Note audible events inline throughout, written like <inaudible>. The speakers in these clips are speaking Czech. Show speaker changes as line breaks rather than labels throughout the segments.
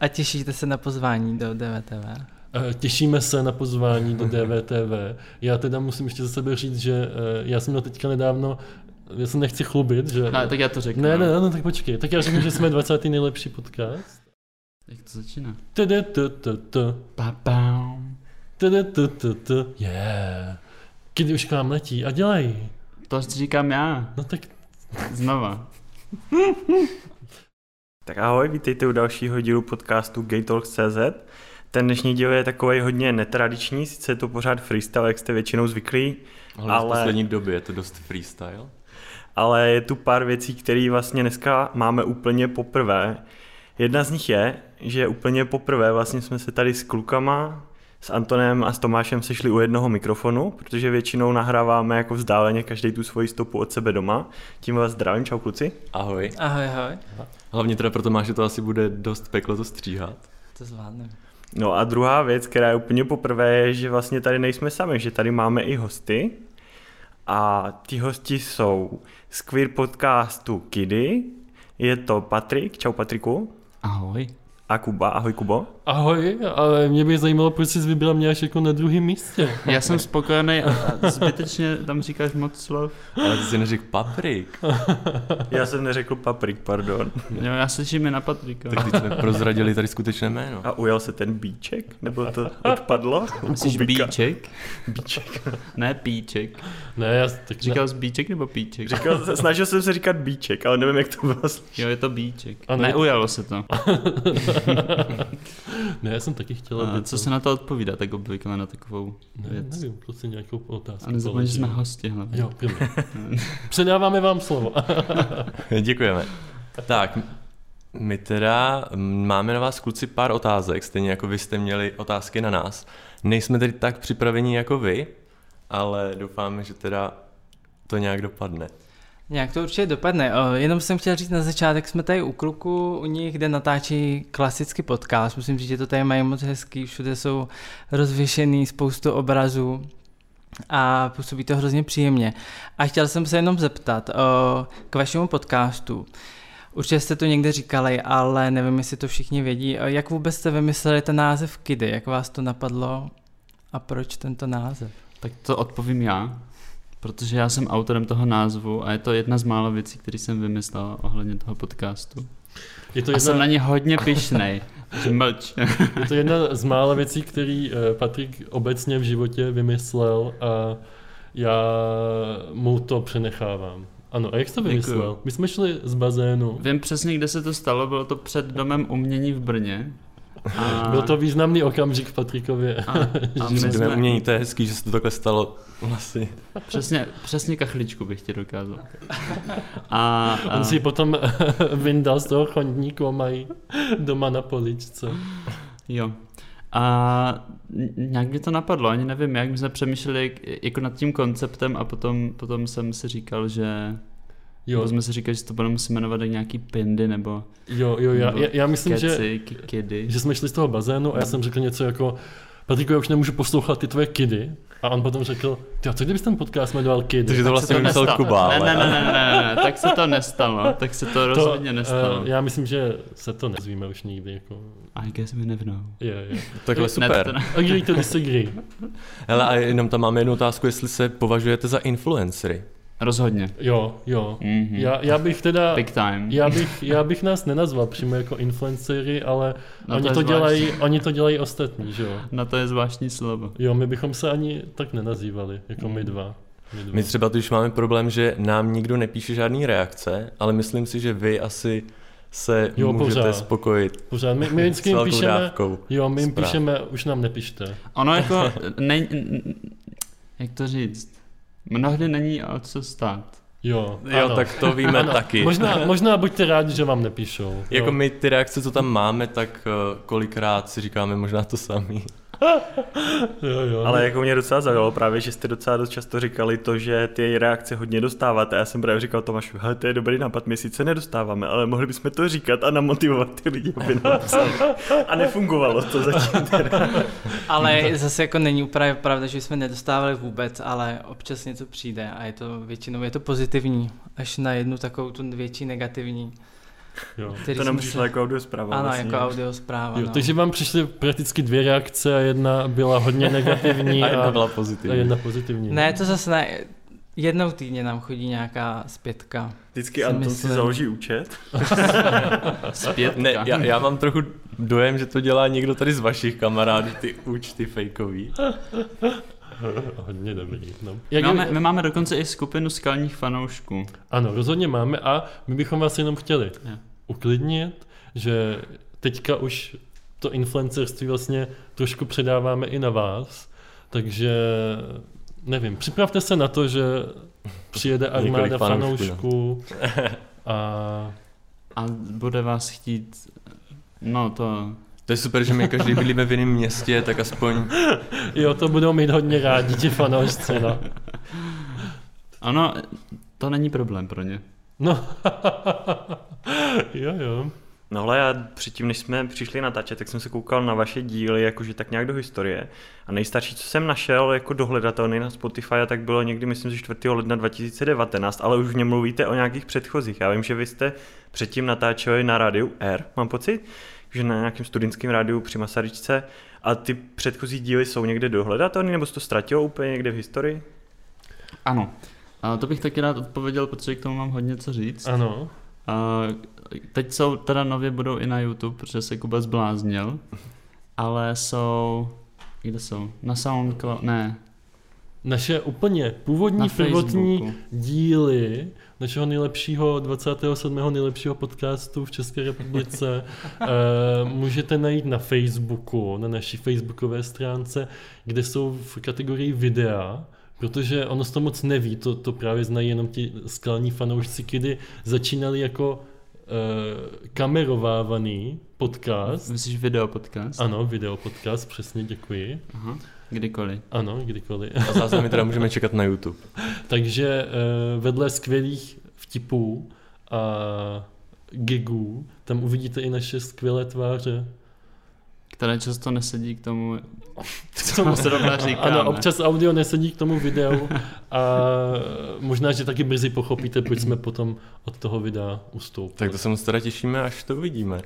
A těšíte se na pozvání do DVTV?
Eh, Těšíme se na pozvání do DVTV. Já teda musím ještě za sebe říct, že eh, já jsem měl teďka nedávno já se nechci chlubit, že...
A, tak já to řeknu.
Ne, ne, ne, no, tak počkej. Tak já řeknu, že jsme 20. nejlepší podcast.
Jak to začíná?
Tede, t, t, t.
Pa, pam.
Tede, t, t, t. Yeah. Kdy už k nám letí a dělají.
To až říkám já.
No tak
Znova.
Tak ahoj, vítejte u dalšího dílu podcastu GayTalks.cz. Ten dnešní díl je takový hodně netradiční, sice je to pořád freestyle, jak jste většinou zvyklí,
Ale, ale...
Ale-
v poslední době je to dost freestyle.
ale je tu pár věcí, které vlastně dneska máme úplně poprvé. Jedna z nich je, že úplně poprvé vlastně jsme se tady s klukama, s Antonem a s Tomášem sešli u jednoho mikrofonu, protože většinou nahráváme jako vzdáleně každý tu svoji stopu od sebe doma. Tím vás zdravím, čau kluci.
Ahoj.
Ahoj, ahoj.
Hlavně teda pro Tomáše to asi bude dost peklo to stříhat.
To zvládneme.
No a druhá věc, která je úplně poprvé, je, že vlastně tady nejsme sami, že tady máme i hosty. A ti hosti jsou z queer podcastu Kidy, je to Patrik, čau Patriku,
Ahoj.
a Kuba, ahoj Kubo.
ahoj, ale mě by zajímalo, proč jsi vybral mě až jako na druhém místě.
Já jsem spokojený a a zbytečně tam říkáš moc slov.
Ale ty jsi neřekl paprik.
Já jsem neřekl Paprik, pardon.
Jo, já slyším je na Patrika.
Tak teď jsme prozradili tady skutečné jméno.
A ujel se ten bíček, nebo to odpadlo? U
Myslíš
Kubíka.
bíček?
bíček.
Ne píček.
Ne, <laughs> já tak
Říkal jsi bíček nebo píček?
Říkal, snažil jsem se říkat bíček, ale nevím, jak to bylo.
Jo, je to bíček.
Ano, je to-
Neujalo se to.
Ne, já jsem taky chtěl
A
být.
co se na to odpovídá, tak obvykle na takovou
Ne,
věc.
nevím, prostě nějakou otázku.
A nezapomeň, že
položil.
jsme hosti hlavně.
Jo, promiň. Předáváme vám slovo.
Děkujeme. Tak, my teda mm, máme na vás kluci pár otázek, stejně jako vy jste měli otázky na nás. Nejsme tedy tak připraveni jako vy, ale doufáme, že teda to nějak dopadne.
Nějak to určitě dopadne. O, Jenom jsem chtěl říct na začátek, jsme tady u kluku, u nich, kde natáčí klasický podcast. Musím říct, že to tady mají moc hezký, všude jsou rozvěšený spoustu obrazů a působí to hrozně příjemně. A chtěl jsem se jenom zeptat o, k vašemu podcastu. Určitě jste to někde říkali, ale nevím, jestli to všichni vědí. O, Jak vůbec jste vymysleli ten název Kidy? Jak vás to napadlo a proč tento název?
Tak to odpovím já, protože já jsem autorem toho názvu a je to jedna z mála věcí, které jsem vymyslel ohledně toho podcastu.
Je to
A
jedna,
jsem na
<laughs>
ně hodně pišnej. Takže mlč.
je to jedna z mála věcí, který eh, Patrik obecně v životě vymyslel a já mu to přenechávám. Ano, a jak jsi to
Děkuju.
vymyslel? My jsme šli z bazénu.
Vím přesně, kde se to stalo, bylo to před domem umění v Brně. A,
Byl to významný okamžik v Patrikově. <laughs>
a, a my
Při jsme...
jsme,
umění, to je hezký, že se to takhle stalo vlastně.
přesně, přesně kachličku bych
<laughs>
ti dokázal. A, a
On si ji potom <laughs> vyndal z toho chodníku a mají doma na poličce.
Jo. A n- nějak mě to napadlo, ani nevím, jak my jsme přemýšleli jak- jako nad tím konceptem a potom, potom jsem si říkal, že jo.
Jo,
jsme si říkali, že to budeme se jmenovat jak nějaký pindy nebo,
jo, jo já,
nebo
já, já myslím, že,
keci, že... kidy.
že jsme šli z toho bazénu a já jsem řekl něco jako Patriku, já už nemůžu poslouchat ty tvoje kidy. A on potom řekl, "Ty, a co kdybys ten podcast jmenoval kidy?
Takže to vlastně vymyslel Kuba,
Ne,
ale...
ne, ne, ne, ne, ne, ne, tak se to nestalo, tak se to rozhodně nestalo.
eh, já myslím, že se to nezvíme už nikdy. Jako,
I guess we never know.
je, je.
Takhle
Ne,
super.
to, to,
Agree to disagree.
Hele, a jenom tam máme jednu otázku, jestli se považujete za influencery.
rozhodně.
Jo, jo.
Mm-hmm.
Já, já bych teda...
Big time.
Já bych, já bych nás nenazval přímo jako influencery, ale
No
no oni,
to je
to
zvláštní.
dělají, oni to dělají ostatní, že jo?
Na to je zvláštní slovo.
Jo, my bychom se ani tak nenazývali, jako my
Mhm.
dva. My dva.
My třeba tu už máme problém, že nám nikdo nepíše žádný reakce, ale myslím si, že vy asi se
Jo,
jo, můžete
pořád.
spokojit
Pořád, my, my
s
vždycky jim
velkou
píšeme,
dávkou.
jo, my jim
zpráv.
píšeme, už nám nepište. <laughs>
Ono jako, ne, jak to říct, mnohdy není o co stát.
Jo, <laughs>
Jo,
ano.
tak to víme taky.
Možná, možná buďte rádi, že vám nepíšou.
Jako
jo.
my ty reakce, co tam máme, tak eh, kolikrát si říkáme možná to samý.
Jo, jo.
Ale jako mě docela zaujalo právě, že jste docela dost často říkali to, že ty reakce hodně dostáváte. Já jsem právě říkal Tomášu, hele, to je dobrý nápad, my sice nedostáváme, ale mohli bychom to říkat a namotivovat ty lidi, aby nám psali. A nefungovalo to zatím teda.
Ale zase jako není úplně pravda, že jsme nedostávali vůbec, ale občas něco přijde a je to většinou je to pozitivní, až na jednu takovou tu větší negativní
Jo.
který
To
jsem
nám přišlo
se-
jako audio zpráva.
Ano,
vlastně.
jako audio zpráva.
Jo,
no.
takže vám přišly prakticky dvě reakce a jedna byla
<laughs>
hodně negativní
A
a,
jedna byla
a
pozitivní.
jedna pozitivní.
Ne, to zase ne. Jednou týdně nám chodí nějaká zpětka.
Vždycky
si
Anton si
myslím.
založí účet.
Zpět.
Ne, já, já mám trochu dojem, že to dělá někdo tady z vašich kamarádů, ty účty fejkový.
Hodně dobrý. No.
My
Jak
máme, my máme dokonce i skupinu skalních fanoušků.
Ano, rozhodně máme a my bychom vás jenom chtěli
Jo.
uklidnit, že teďka už to influencerství vlastně trošku předáváme i na vás, takže nevím, připravte se na to, že
<laughs>
přijede
Několik
armáda
fanoušků, <laughs>
fanoušků a
A bude vás chtít... No to...
To je super, že my každý bydlíme v jiném městě, tak aspoň
jo, to budou mít hodně rádi ti fanoušci, no.
Ano, to není problém pro ně.
no. jo, jo.
No ale já předtím, než jsme přišli natáčet, tak jsem se koukal na vaše díly, jakože tak nějak do historie. A nejstarší, co jsem našel jako dohledatelný na Spotify, tak bylo někdy, myslím, že 4. ledna 2019, ale už nemluvíte o nějakých předchozích. Já vím, že vy jste předtím natáčeli na rádiu R, mám pocit, že na nějakém studentském rádiu při Masaryčce. A ty předchozí díly jsou někde dohledatelný, nebo jste to ztratilo úplně někde v historii?
Ano. A to bych taky rád odpověděl, protože k tomu mám hodně co říct.
Ano.
A teď jsou, teda nově budou i na YouTube, protože se Kuba zbláznil. Ale jsou... Kde jsou? Na SoundCloud? Ne.
Naše úplně původní
Na
prvotní
Facebooku.
díly našeho nejlepšího 27. nejlepšího podcastu v České republice eh, můžete najít na Facebooku, na naší facebookové stránce, kde jsou v kategorii videa, protože ono se to moc neví, to, to právě znají jenom ti skalní fanoušci, kdy začínali jako eh, kamerovávaný podcast,
Myslíš video podcast?
ano, video podcast, přesně, děkuji.
Aha. Kdykoliv.
Ano, kdykoliv.
a záznamy teda můžeme čekat na YouTube.
Takže eh, vedle skvělých vtipů a gigů, tam uvidíte i naše skvělé tváře.
Které často nesedí k
<laughs>
tomu, co mu se rovna říkáme.
Ano, občas audio nesedí k tomu videu a možná, že taky brzy pochopíte, proč jsme potom od toho videa ustoupili.
Tak to se moc teda těšíme, až to uvidíme.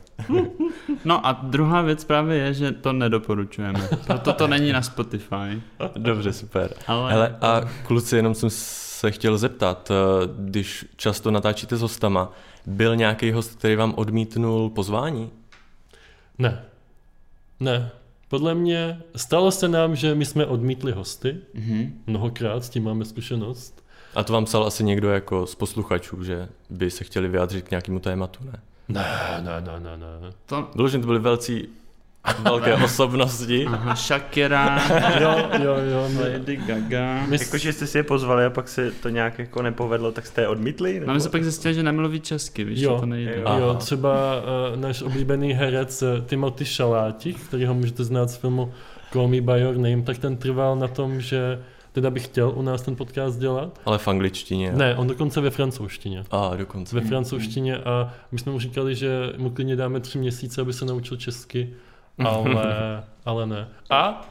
No a druhá věc právě je, že to nedoporučujeme. Proto to není na Spotify.
Dobře, super.
Ale,
Hele, a kluci, jenom jsem se chtěl zeptat, eh, když často natáčíte s hostama, byl nějaký host, který vám odmítnul pozvání?
Ne. Ne. Podle mě stalo se nám, že my jsme odmítli hosty.
Mhm.
Mnohokrát s tím máme zkušenost.
A to vám psal asi někdo jako z posluchačů, že by se chtěli vyjádřit k nějakému tématu, ne?
Ne, ne, ne, ne, ne.
To...
Doložně to byly velcí, velké osobnosti.
Aha, Shakira,
Jo, jo, jo. Ne.
Lady Gaga.
My,
Jakože jste si je pozvali a pak se to nějak jako nepovedlo, tak jste je odmítli?
No my jsme pak zjistili, že nemluví česky, víš,
Jo.
že to nejde.
Aha.
Jo, třeba uh, náš oblíbený herec eh, Timothy Šalátik, který ho můžete znát z filmu Call Me By Your Name, tak ten trval na tom, že teda by chtěl u nás ten podcast dělat.
Ale v angličtině.
Ne, on dokonce ve francouzštině.
A dokonce.
Ve francouzštině a my jsme mu říkali, že mu klidně dáme tři měsíce, aby se naučil česky, ale, ale ne. A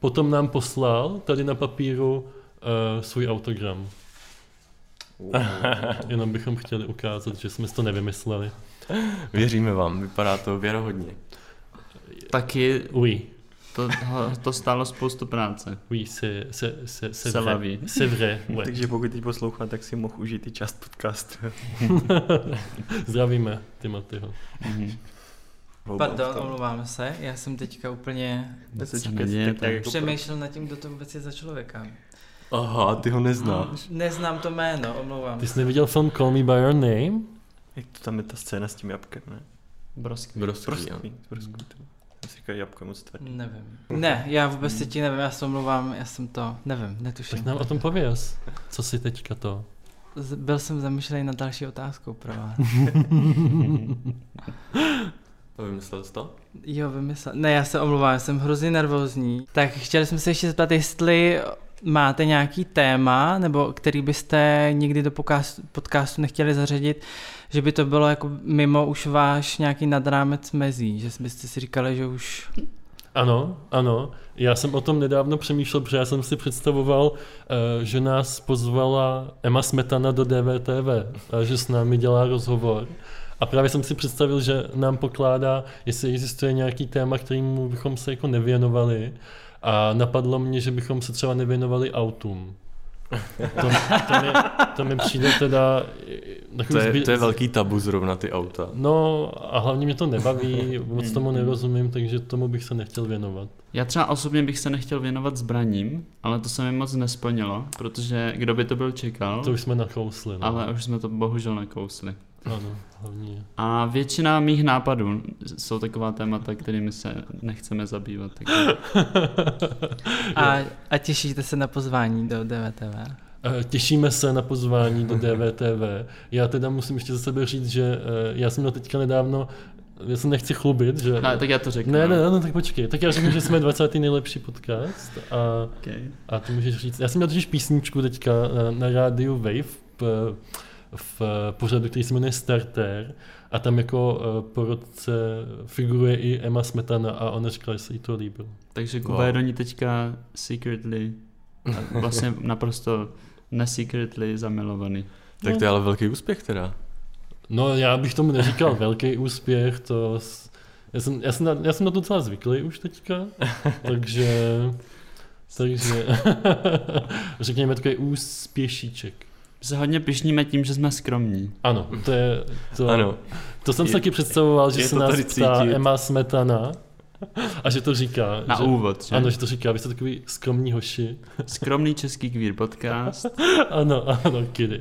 potom nám poslal tady na papíru uh, svůj autogram.
<laughs>
Jenom bychom chtěli ukázat, že jsme si to nevymysleli.
Věříme vám, vypadá to věrohodně.
Taky
Oui.
to, ho- to stálo spoustu práce.
Oui, c'est, c'est, c'est, c'est
C'est la
vrai.
vie.
C'est vrai,
<laughs>
ouais.
Takže pokud teď poslouchá, tak si mohl užít i část
<laughs>
podcastu.
Zdravíme Timothyho.
Mhm.
Pardon, omlouvám se, já jsem teďka úplně
jako-
přemýšlel nad tím, kdo to vůbec je za člověka. No,
Aha, ty ho neznáš.
Neznám to jméno, omlouvám
Ty
se.
jsi neviděl film Call Me By Your Name?
Jak to tam je ta scéna s tím jabkem, ne?
Broskví.
Prostě.
Prostě.
jo.
Mhm.
Prostě. Já si říkal, jabko je moc tvrdý.
Nevím. Ne, já vůbec teď nevím, já se omlouvám, já jsem to, nevím,
Tak
netuším.
nám o tom pověz. Co si teďka to?
Z- Byl jsem zamýšlený nad další otázkou pro vás. <laughs>
To vymyslel jsi to?
Jo, vymyslel. Ne, já se omlouvám, já jsem hrozně nervózní. Tak chtěli jsme se ještě zeptat, jestli máte nějaký téma, nebo který byste nikdy do pokástu- podcastu nechtěli zařadit, že by to bylo jako mimo už váš nějaký nadrámec mezí, že byste si říkali, že už...
Ano, ano. Já jsem o tom nedávno přemýšlel, protože já jsem si představoval, eh, že nás pozvala Emma Smetana do DVTV a že s námi dělá rozhovor. A právě jsem si představil, že nám pokládá, jestli existuje nějaký téma, kterýmu bychom se jako nevěnovali. A napadlo mě, že bychom se třeba nevěnovali autům. To, to, mi, to mi přijde teda... eh,
To
takový
je,
zbyt-
to je velký tabu zrovna ty auta.
No a hlavně mě to nebaví, moc tomu nerozumím, takže tomu bych se nechtěl věnovat.
Já třeba osobně bych se nechtěl věnovat zbraním, ale to se mi moc nesplnilo, protože kdo by to byl čekal,
To už jsme nakousli. No.
ale už jsme to bohužel nekousli.
Ano, hlavně.
A většina mých nápadů jsou taková témata, kterými se nechceme zabývat. Tak...
A, a těšíte se na pozvání do DVTV?
Eh, Těšíme se na pozvání
<laughs>
do DVTV. Já teda musím ještě za sebe říct, že eh, já jsem měl teďka nedávno, já se nechci chlubit, že...
Ne, tak já to řeknu.
ne, ne, ne, no, tak počkej. Tak já řeknu, že jsme 20. nejlepší podcast a,
Okay.
a to můžeš říct. Já jsem měl totiž písničku teďka eh, na, na rádiu Wave v, v eh, pořadu, který se jmenuje Starter a tam jako eh, po roce figuruje i Emma Smetana a ona říkala, že se jí to líbilo.
Takže Kuba
Wow.
je do ní teďka secretly, a vlastně naprosto nesecretly zamilovaný.
Tak to je ale velký úspěch teda.
No já bych tomu neříkal velký úspěch, to... s- Já jsem, já, jsem na, já jsem na to docela zvyklý už
<laughs>
teďka, takže... Takže... <laughs> řekněme takový úspěšíček.
My se hodně pišníme tím, že jsme skromní.
Ano, to je... To,
Ano,
to jsem si
Je-
taky představoval, že
je
se
to
nás
tady
ptá
cítit.
Emma Smetana a že to říká.
Na
že,
úvod, že?
Ano, že to říká, vy jste takový skromní hoši.
Skromný český kvír podcast.
Ano, ano, kdy.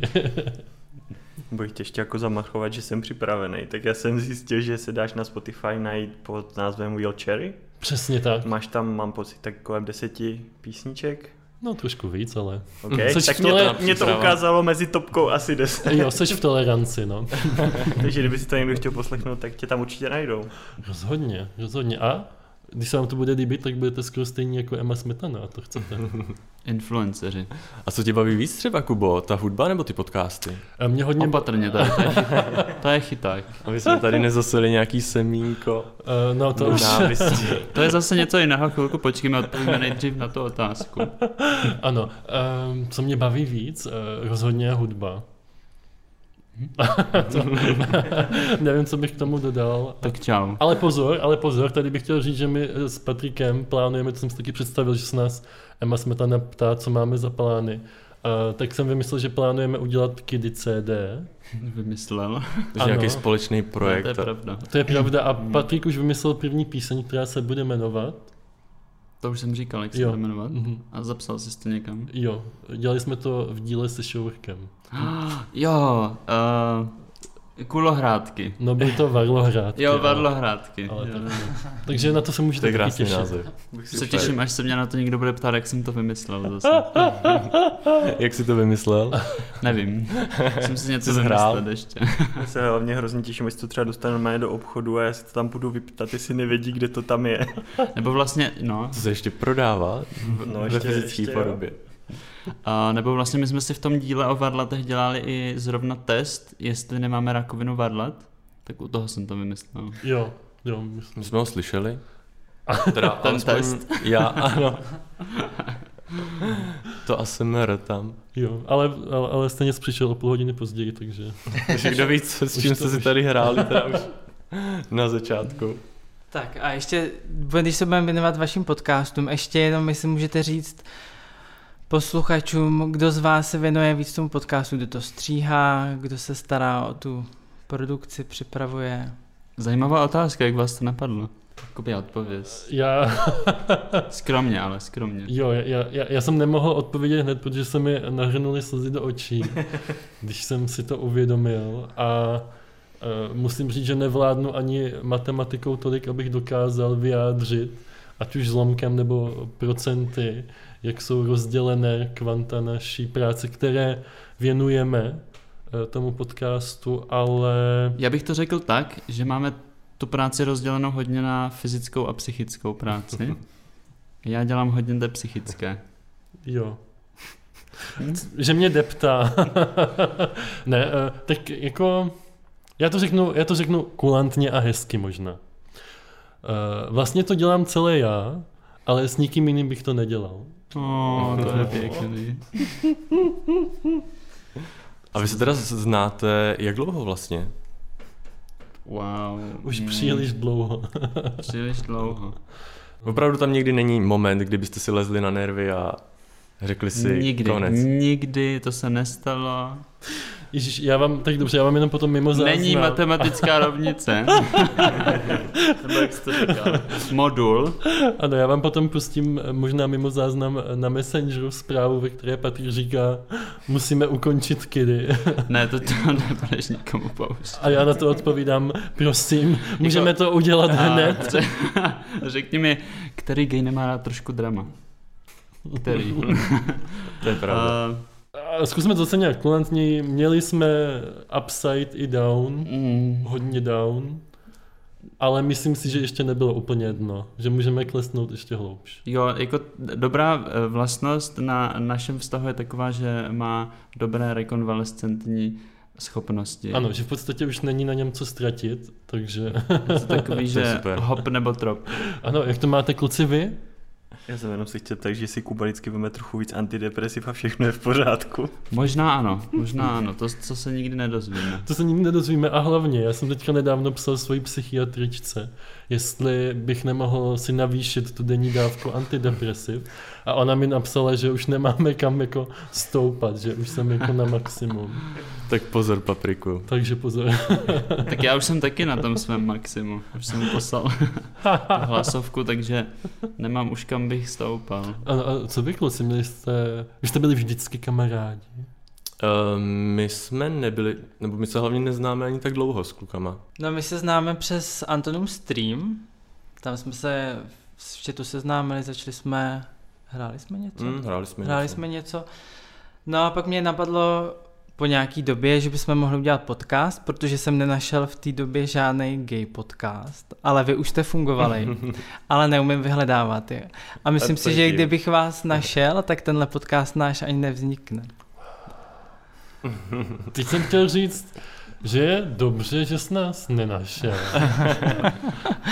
Budeš ještě jako zamachovat, že jsem připravený. Tak já jsem zjistil, že se dáš na Spotify najít pod názvem Wheelcherry.
<laughs> Přesně tak.
Máš tam, mám pocit, tak kolem deseti písniček.
No trošku víc, ale...
Okay.
Mhm. Což
tak
v
mě
tohle-
to, mě to ukázalo mezi topkou asi 10.
Jo, seš v toleranci, no.
<laughs> Takže kdyby si to někdo chtěl poslechnout, tak tě tam určitě najdou.
Rozhodně, rozhodně. A když se vám to bude líbit, tak budete skoro stejní jako Emma Smetana a to chcete.
Influenceři.
a co tě baví víc třeba, Kubo? Ta hudba nebo ty podcasty?
A Eh, mě hodně...
Opatrně tady, to je, chyták. to je chyták.
Aby jsme tady nezasili nějaký semínko
Eh, no to už...
nenávisti.
To je zase něco jiného, chvilku počkejme, odpovíme nejdřív na tu otázku.
Ano. ehm, co mě baví víc? eh, rozhodně je hudba. <laughs> to, <laughs> nevím, co bych k tomu dodal.
Tak čau.
Ale pozor, ale pozor, tady bych chtěl říct, že my eh, s Patrikem plánujeme, to jsem si taky představil, že se nás Emma Smetana ptá, co máme za plány. Eh, tak jsem vymyslel, že plánujeme udělat Kiddy CD. <laughs>
Vymyslel.
Takže
Ano.
nějaký společný projekt.
No, To je pravda.
To je pravda a Patrik už vymyslel první píseň, která se bude jmenovat.
To už jsem říkal, jak se
Jo.
to jmenovat.
Mhm.
A zapsal jsi to někam.
Jo, dělali jsme to v díle se Šourkem.
Jo, uh, kulohrádky.
No byl to Varlohrádky.
Jo,
ale-
varlohrádky.
Ale
Jo.
tak, takže na to se
To
můžete
je
taky
krásný
těšit.
název.
Se těším, až se mě na to někdo bude ptát, jak jsem to vymyslel zase.
Jak jsi to vymyslel?
<laughs>
Nevím. Jsem si něco
Jsi hrál?
vymyslel ještě.
<laughs> Já se hlavně hrozně těším, až to třeba dostanu normálně do obchodu a já se to tam budu vyptat, jestli nevědí, kde to tam je.
Nebo vlastně, no,
To se ještě prodává
<laughs>
v,
No,
no,
ještě-
ve fyzické
ještě jo.
podobě.
A nebo vlastně my jsme si v tom díle o varlatech dělali i zrovna test, jestli nemáme rakovinu varlat, tak u toho jsem to vymyslel.
Jo, jo, myslím.
My jsme ho slyšeli. Teda
Ten
alespoň
test.
Já, ano. To ASMR tam.
jo ale, ale, ale stejně jsi přišel o půl hodiny později, takže...
Takže kdo ví, co, s čím
Už to-
jste si
už-
tady hráli teda už na začátku.
Tak a ještě, když se budeme věnovat vašim podcastům, ještě jenom, jestli můžete říct posluchačům, kdo z vás se věnuje víc tomu podcastu, kdo to stříhá, kdo se stará o tu produkci, připravuje.
Zajímavá otázka, jak vás to napadlo? Kupi, odpověz.
Já,
Skromně, ale skromně.
jo, já, já, já, jsem nemohl odpovědět hned, protože se mi nahrnuly slzy do očí, když jsem si to uvědomil a eh, musím říct, že nevládnu ani matematikou tolik, abych dokázal vyjádřit, ať už zlomkem nebo procenty, jak jsou rozdělené kvanta naší práce, které věnujeme eh, tomu podcastu, ale
Já bych to řekl tak, že máme tu práci rozdělenou hodně na fyzickou a
<laughs>
psychickou práci. Já dělám hodně té psychické.
jo.
Hm?
Že mě deptá. <laughs> ne, eh, tak jako... Já to řeknu, já to řeknu kulantně a hezky možná. Eh, Vlastně to dělám celé já, ale s nikým jiným bych to nedělal.
Oh, to je pěkný.
A vy se teda z- znáte, jak dlouho vlastně?
Wow.
Už
mm,
příliš dlouho. <laughs>
Příliš dlouho.
Opravdu tam někdy není moment, kdybyste si lezli na nervy a řekli si
nikdy, Mm.
konec.
nikdy to se nestalo.
Ježíš, já vám, tak dobře, já vám jenom potom mimo záznam. <laughs>
Není matematická rovnice. Nebo jak jsi to říkal? Modul.
Ano, já vám potom pustím eh, možná mimo záznam eh, na Messengeru zprávu, ve které Patrik říká, musíme ukončit kedy.
Ne, to, to nebudeš nikomu pouštět.
<laughs> A já na to odpovídám, prosím, můžeme
Jako-
to udělat
<laughs>
hned.
A Řekni mi, který gay nemá rád trošku drama?
<laughs>
Který?
To je pravda.
Uh,
A Zkusme to se nějak kulantní. Měli jsme upside i down,
mm,
hodně down, ale myslím si, že ještě nebylo úplně dno, že můžeme klesnout ještě hloubš.
jo, jako dobrá eh, vlastnost na našem vztahu je taková, že má dobré rekonvalescentní schopnosti.
Ano, že v podstatě už není na něm co ztratit, takže <laughs>
Je to takový,
To je
že
super.
hop nebo trop.
ano, jak to máte kluci vy?
Já jsem jenom si chtěl tak, že si Kuba vždycky veme trochu víc antidepresiv a všechno je v <laughs> pořádku.
Možná ano, možná ano, to, co se nikdy nedozvíme.
To se nikdy nedozvíme a hlavně, já jsem teďka nedávno psal svoji psychiatričce, jestli bych nemohl si navýšit tu denní dávku antidepresiv a ona mi napsala, že už nemáme kam jako stoupat, že už jsem jako na maximum.
Tak pozor, papriku.
Takže pozor.
Tak já už jsem taky na tom svém maximu. Už jsem mu poslal <laughs> hlasovku, takže nemám už kam bych stoupal. <laughs>
A, a co vy kluci, měli jste, vy jste byli vždycky kamarádi.
Uh, my jsme nebyli, nebo my se hlavně neznáme ani tak dlouho s klukama.
No my se známe přes Antonům Stream, tam jsme se v četu seznámili, začali jsme, hráli jsme něco?
Mm, hráli jsme
Hráli
něco.
jsme něco. No a pak mě napadlo po nějaký době, že bychom mohli udělat podcast, protože jsem nenašel v té době žádný gay podcast, ale vy už jste
<laughs>
fungovali, ale neumím vyhledávat je. A myslím
to
si,
je
že
div.
kdybych vás našel, tak tenhle podcast náš ani nevznikne.
Teď jsem chtěl říct, že je dobře, že jsi nás nenašel.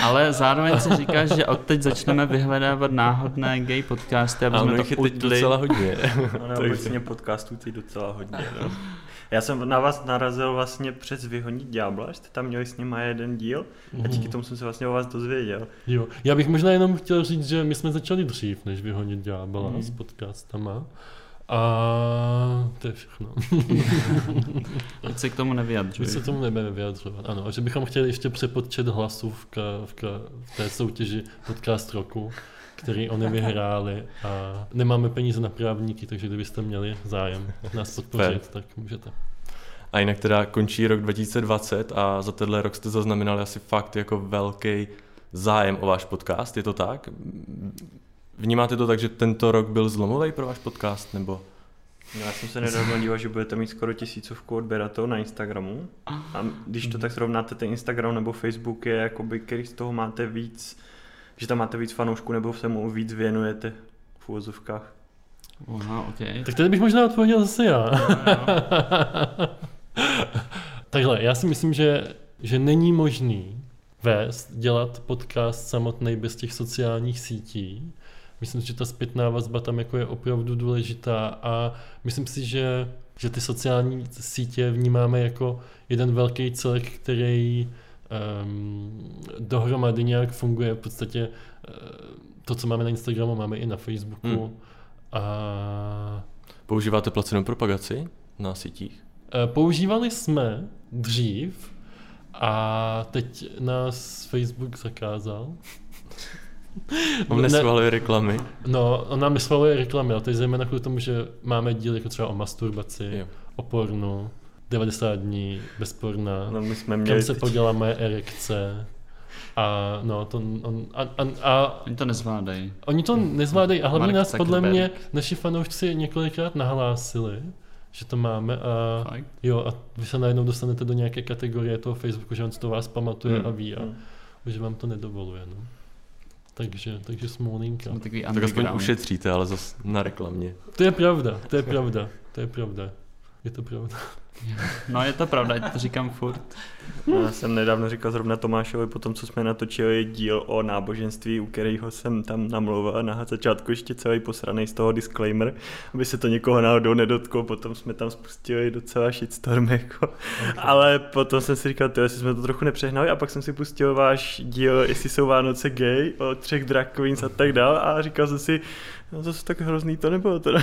Ale zároveň se říká, že od teď začneme vyhledávat náhodné gay podcasty, aby
A ono
jsme
jich je
to
teď
udli.
docela hodně.
Ono
Takže-
obecně podcastů ty docela hodně. No. Já jsem na vás narazil vlastně přes Vyhonit ďábla, jste tam měli s nima jeden díl a díky tomu jsem se vlastně o vás dozvěděl.
Jo. Já bych možná jenom chtěl říct, že my jsme začali dřív, než vyhonit ďábela mm. s podcastama. A to je všechno.
Teď se k tomu
My se
nevyjadřuji.
tomu nebudeme vyjadřovat. Ano, a že bychom chtěli ještě přepočet hlasů v, ka, v, ka, v té soutěži podcast roku, který oni vyhráli a nemáme peníze na právníky, takže kdybyste měli zájem nás podpořit, tak můžete.
A jinak teda končí rok 2020 a za tenhle rok jste zaznamenali asi fakt jako velký zájem o váš podcast, je to tak? Vnímáte to tak, že tento rok byl zlomový pro váš podcast, nebo?
No, já jsem se nedávno díval, že budete mít skoro tisícovku odběratelů na Instagramu. A když
Mhm.
to tak srovnáte, ten Instagram nebo Facebook je jakoby, který z toho máte víc, že tam máte víc fanoušků nebo se mu víc věnujete v úvozovkách.
Aha, okay.
Tak tady bych možná odpověděl zase já.
jo.
<laughs> Takhle, já si myslím, že, že není možný vést, dělat podcast samotný bez těch sociálních sítí. Myslím si, že ta zpětná vazba tam jako je opravdu důležitá a myslím si, že, že ty sociální sítě vnímáme jako jeden velký celek, který um, dohromady nějak funguje. V podstatě eh, to, co máme na Instagramu, máme i na Facebooku.
Hmm.
Hmm. A
Používáte placenou propagaci na sítích?
Eh, Používali jsme dřív a teď nás Facebook zakázal.
On nesvaluje reklamy.
no, on nám nesvaluje reklamy, ale to je zejména kvůli tomu, že máme díl jako třeba o masturbaci,
Jo.
o pornu, 90 dní bez porna,
No, my jsme
kam
měli
se
teď-
poděla moje erekce. A no, to on, a, a, a
Oni to nezvládají.
Oni to nezvládají a hlavně
Mark
nás podle
Zuckerberg.
mě naši fanoušci několikrát nahlásili, že to máme a
Fakt?
jo a vy se najednou dostanete do nějaké kategorie toho Facebooku, že on si to vás pamatuje
Hmm.
a ví a
Hmm.
už vám to nedovoluje. No. Takže, takže smoulinka.
Jsme takový
Tak aspoň
underground.
ušetříte, ale zas na reklamě.
To je pravda, to je pravda, to je pravda. Je to pravda.
No je to pravda, já to říkám furt.
<laughs> Já jsem nedávno říkal zrovna Tomášovi po tom, co jsme natočili díl o náboženství, u kterého jsem tam namluvil na začátku ještě celý posraný z toho disclaimer, aby se to někoho náhodou nedotklo, potom jsme tam spustili docela shitstorm, <laughs> jako. Okay. ale potom jsem si říkal, "Tyjo, jestli jsme to trochu nepřehnali a pak jsem si pustil váš díl, jestli jsou Vánoce gay, o třech drag queens a tak dál a říkal jsem si, no zase tak hrozný to nebylo teda.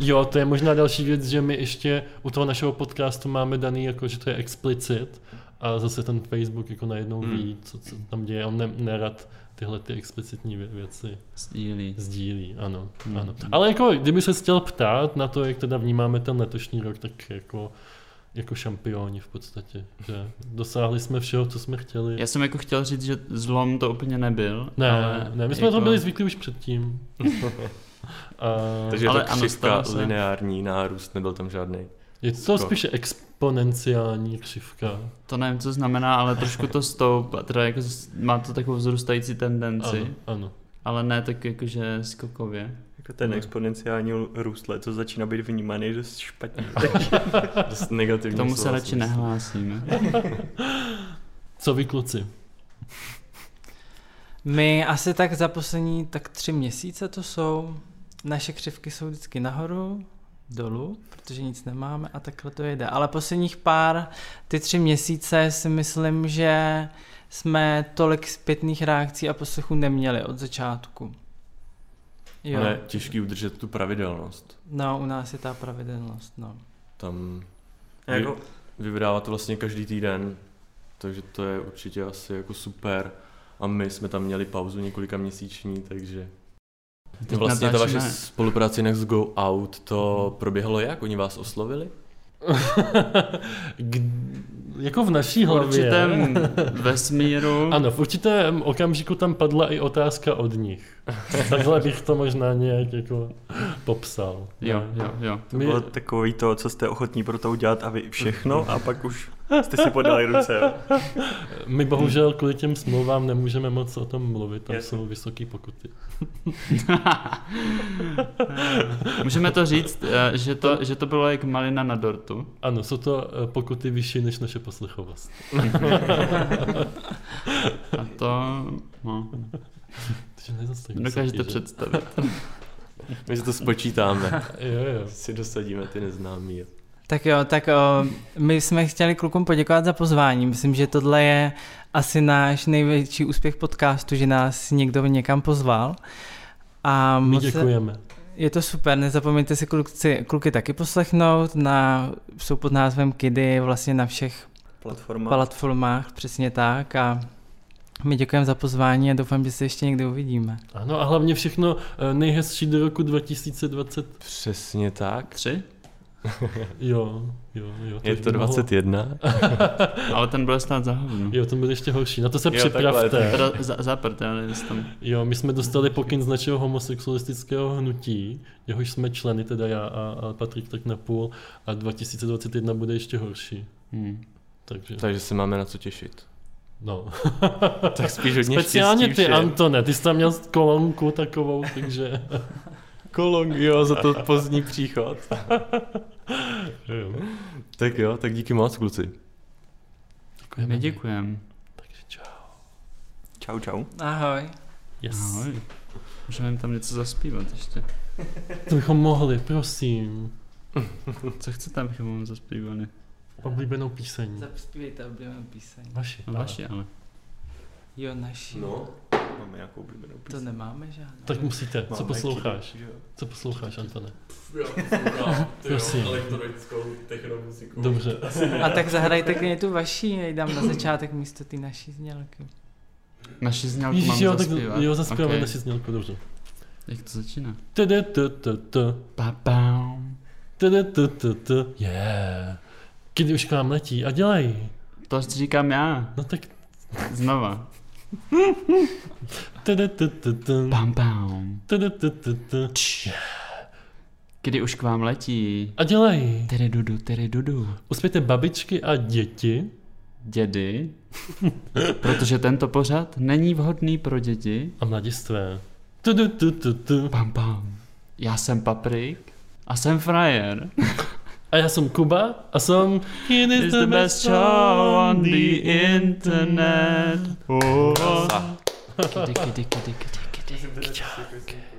Jo, to je možná další věc, že my ještě u toho našeho podcastu máme daný, jako, že to je explicit a zase ten Facebook jako najednou hmm. ví, co, co tam děje. On ne, nerad tyhle ty explicitní vě- věci
Sdílí.
sdílí, ano, hmm. ano. Ale jako, kdyby se chtěl ptát na to, jak teda vnímáme ten letošní rok, tak jako jako šampioni v podstatě, že dosáhli jsme všeho, co jsme chtěli.
Já jsem jako chtěl říct, že zlom to úplně nebyl.
Ne,
ale
ne, my jsme
jako...
to byli zvyklí už
<laughs>
předtím. a
Takže je
Ale
to
ano,
křivka,
stalo se.
lineární nárůst, nebyl tam žádný.
je to spíše exponenciální křivka.
To nevím, co znamená, ale trošku to stoup, a teda jako s- má to takovou vzrůstající tendenci,
Ano,
ano.
ano.
ale ne tak jakože skokově.
jako ten
Hmm.
exponenciální růst let, co začíná být vnímaný dost špatně.
<laughs> Dost
K
negativní vlastně
tomu se
slova
radši
jsem myslel.
nehlásíme.
Co vy kluci? <laughs>
My asi tak za poslední tak tři měsíce to jsou. Naše křivky jsou vždycky nahoru, dolů, protože nic nemáme a takhle to jede. Ale posledních pár, ty tři měsíce si myslím, že jsme tolik zpětných reakcí a poslechů neměli od začátku. Jo,
Ale je těžký udržet tu pravidelnost.
no u nás je ta pravidelnost, no.
Tam
A jako,
Vy vydáváte vlastně každý týden, takže to je určitě asi jako super. A my jsme tam měli pauzu několika měsíční, takže...
Teď
vlastně ta vaše
natáčíme-
spolupráce Next Go Out, to proběhlo jak? Oni vás oslovili?
K, jako v naší
v
hlavě. <laughs>
určitém vesmíru.
Ano, v určitém okamžiku tam padla i otázka od nich. Takhle bych to možná nějak jako popsal.
Jo,
Ne?
jo, jo. <laughs>
to bylo takový to, co jste ochotní pro to udělat a vy všechno a pak už jste si podali ruce. jo.
My bohužel kvůli těm smlouvám nemůžeme moc o tom mluvit, tam
Jasně.
jsou vysoké pokuty.
Můžeme to říct, eh, že to, že to bylo jak malina na dortu.
Ano, jsou to eh, pokuty vyšší než naše poslechovost.
A to no,
Takže ne zas tak
dokážete
vysoký, že?
představit.
My si to spočítáme,
<laughs>
Jo, jo.
si dosadíme ty neznámý.
Tak jo, tak o, my jsme chtěli klukům poděkovat za pozvání. Myslím, že tohle je asi náš největší úspěch podcastu, že nás někdo někam pozval. A
My
moc se-
děkujeme.
je to super, nezapomeňte si kluci, kluky taky poslechnout, na, jsou pod názvem Kidy vlastně na všech
Platforma.
platformách, přesně tak a my děkujeme za pozvání a doufám, že se ještě někdy uvidíme.
Ano, a hlavně všechno eh, nejhezčí do roku 2020.
Přesně tak.
Tři?
Jo, jo, jo.
Je
už
to
by mohlo-
21.
Ale ten byl snad za hovno.
Jo, ten byl ještě horší. Na to se
Jo, takhle,
připravte.
Teda za, zaprt, já nevím, jestli tam.
Jo, my jsme dostali pokyn z našeho homosexualistického hnutí, jehož jsme členy, teda já a, a Patrik tak na půl, a 2021 bude ještě horší.
Hmm.
Takže,
Takže se máme na co těšit.
no. <laughs>
Tak spíš hodně
Speciálně ty,
štěstí všem.
Antone, ty jsi tam měl kolonku takovou, takže...
Kolong, jo, za to pozdní příchod.
jo.
tak jo, tak díky moc, kluci.
My děkujeme.
Takže čau.
Čau, čau.
Ahoj.
Yes.
Ahoj. Můžeme jim tam něco zaspívat ještě.
To bychom mohli, prosím.
No, Co chcete, abychom vám zaspívali?
Oblíbenou píseň.
Zapspívejte oblíbenou píseň.
Vaši.
No vaši, ale.
Jo, naši.
No,
Máme nějakou oblíbenou
To
píseň.
nemáme žádnou.
Tak musíte. Co
Máme
posloucháš?
Kidu, že jo?
Co posloucháš, Antone?
jo, no,
ty jo, Prosím.
elektronickou technomuziku.
Dobře.
A tak zahrajte klidně tu vaší, já ji dám na začátek místo té naší znělky.
Naši znělku
Ježíš,
mám
jo, tak
zaspívat.
jo, zaspíváme
Ok.
okay. naši znělku, dobře.
Jak to začíná?
Tede, t, t, t,
Pa, pam.
tede, t, t, t, yeah. Kdy už k vám letí a dělají.
To říkám já.
No tak
Znova.
tede, t, t, t,
Pam, pam.
tede, t, t, t,
Kdy už k vám letí.
a dělají.
Tere dudu, tere dudu.
Uspějte babičky a děti.
Dědy. Protože tento pořad není vhodný pro děti.
a mladistvé. Tu, tu, tu, tu, tu.
Pam, pam. Já jsem Paprik a jsem frajer.
A já jsem Kuba a jsem It
It's the best show on the internet.
Kasa.
Díky, díky, díky, díky, díky.
Čau.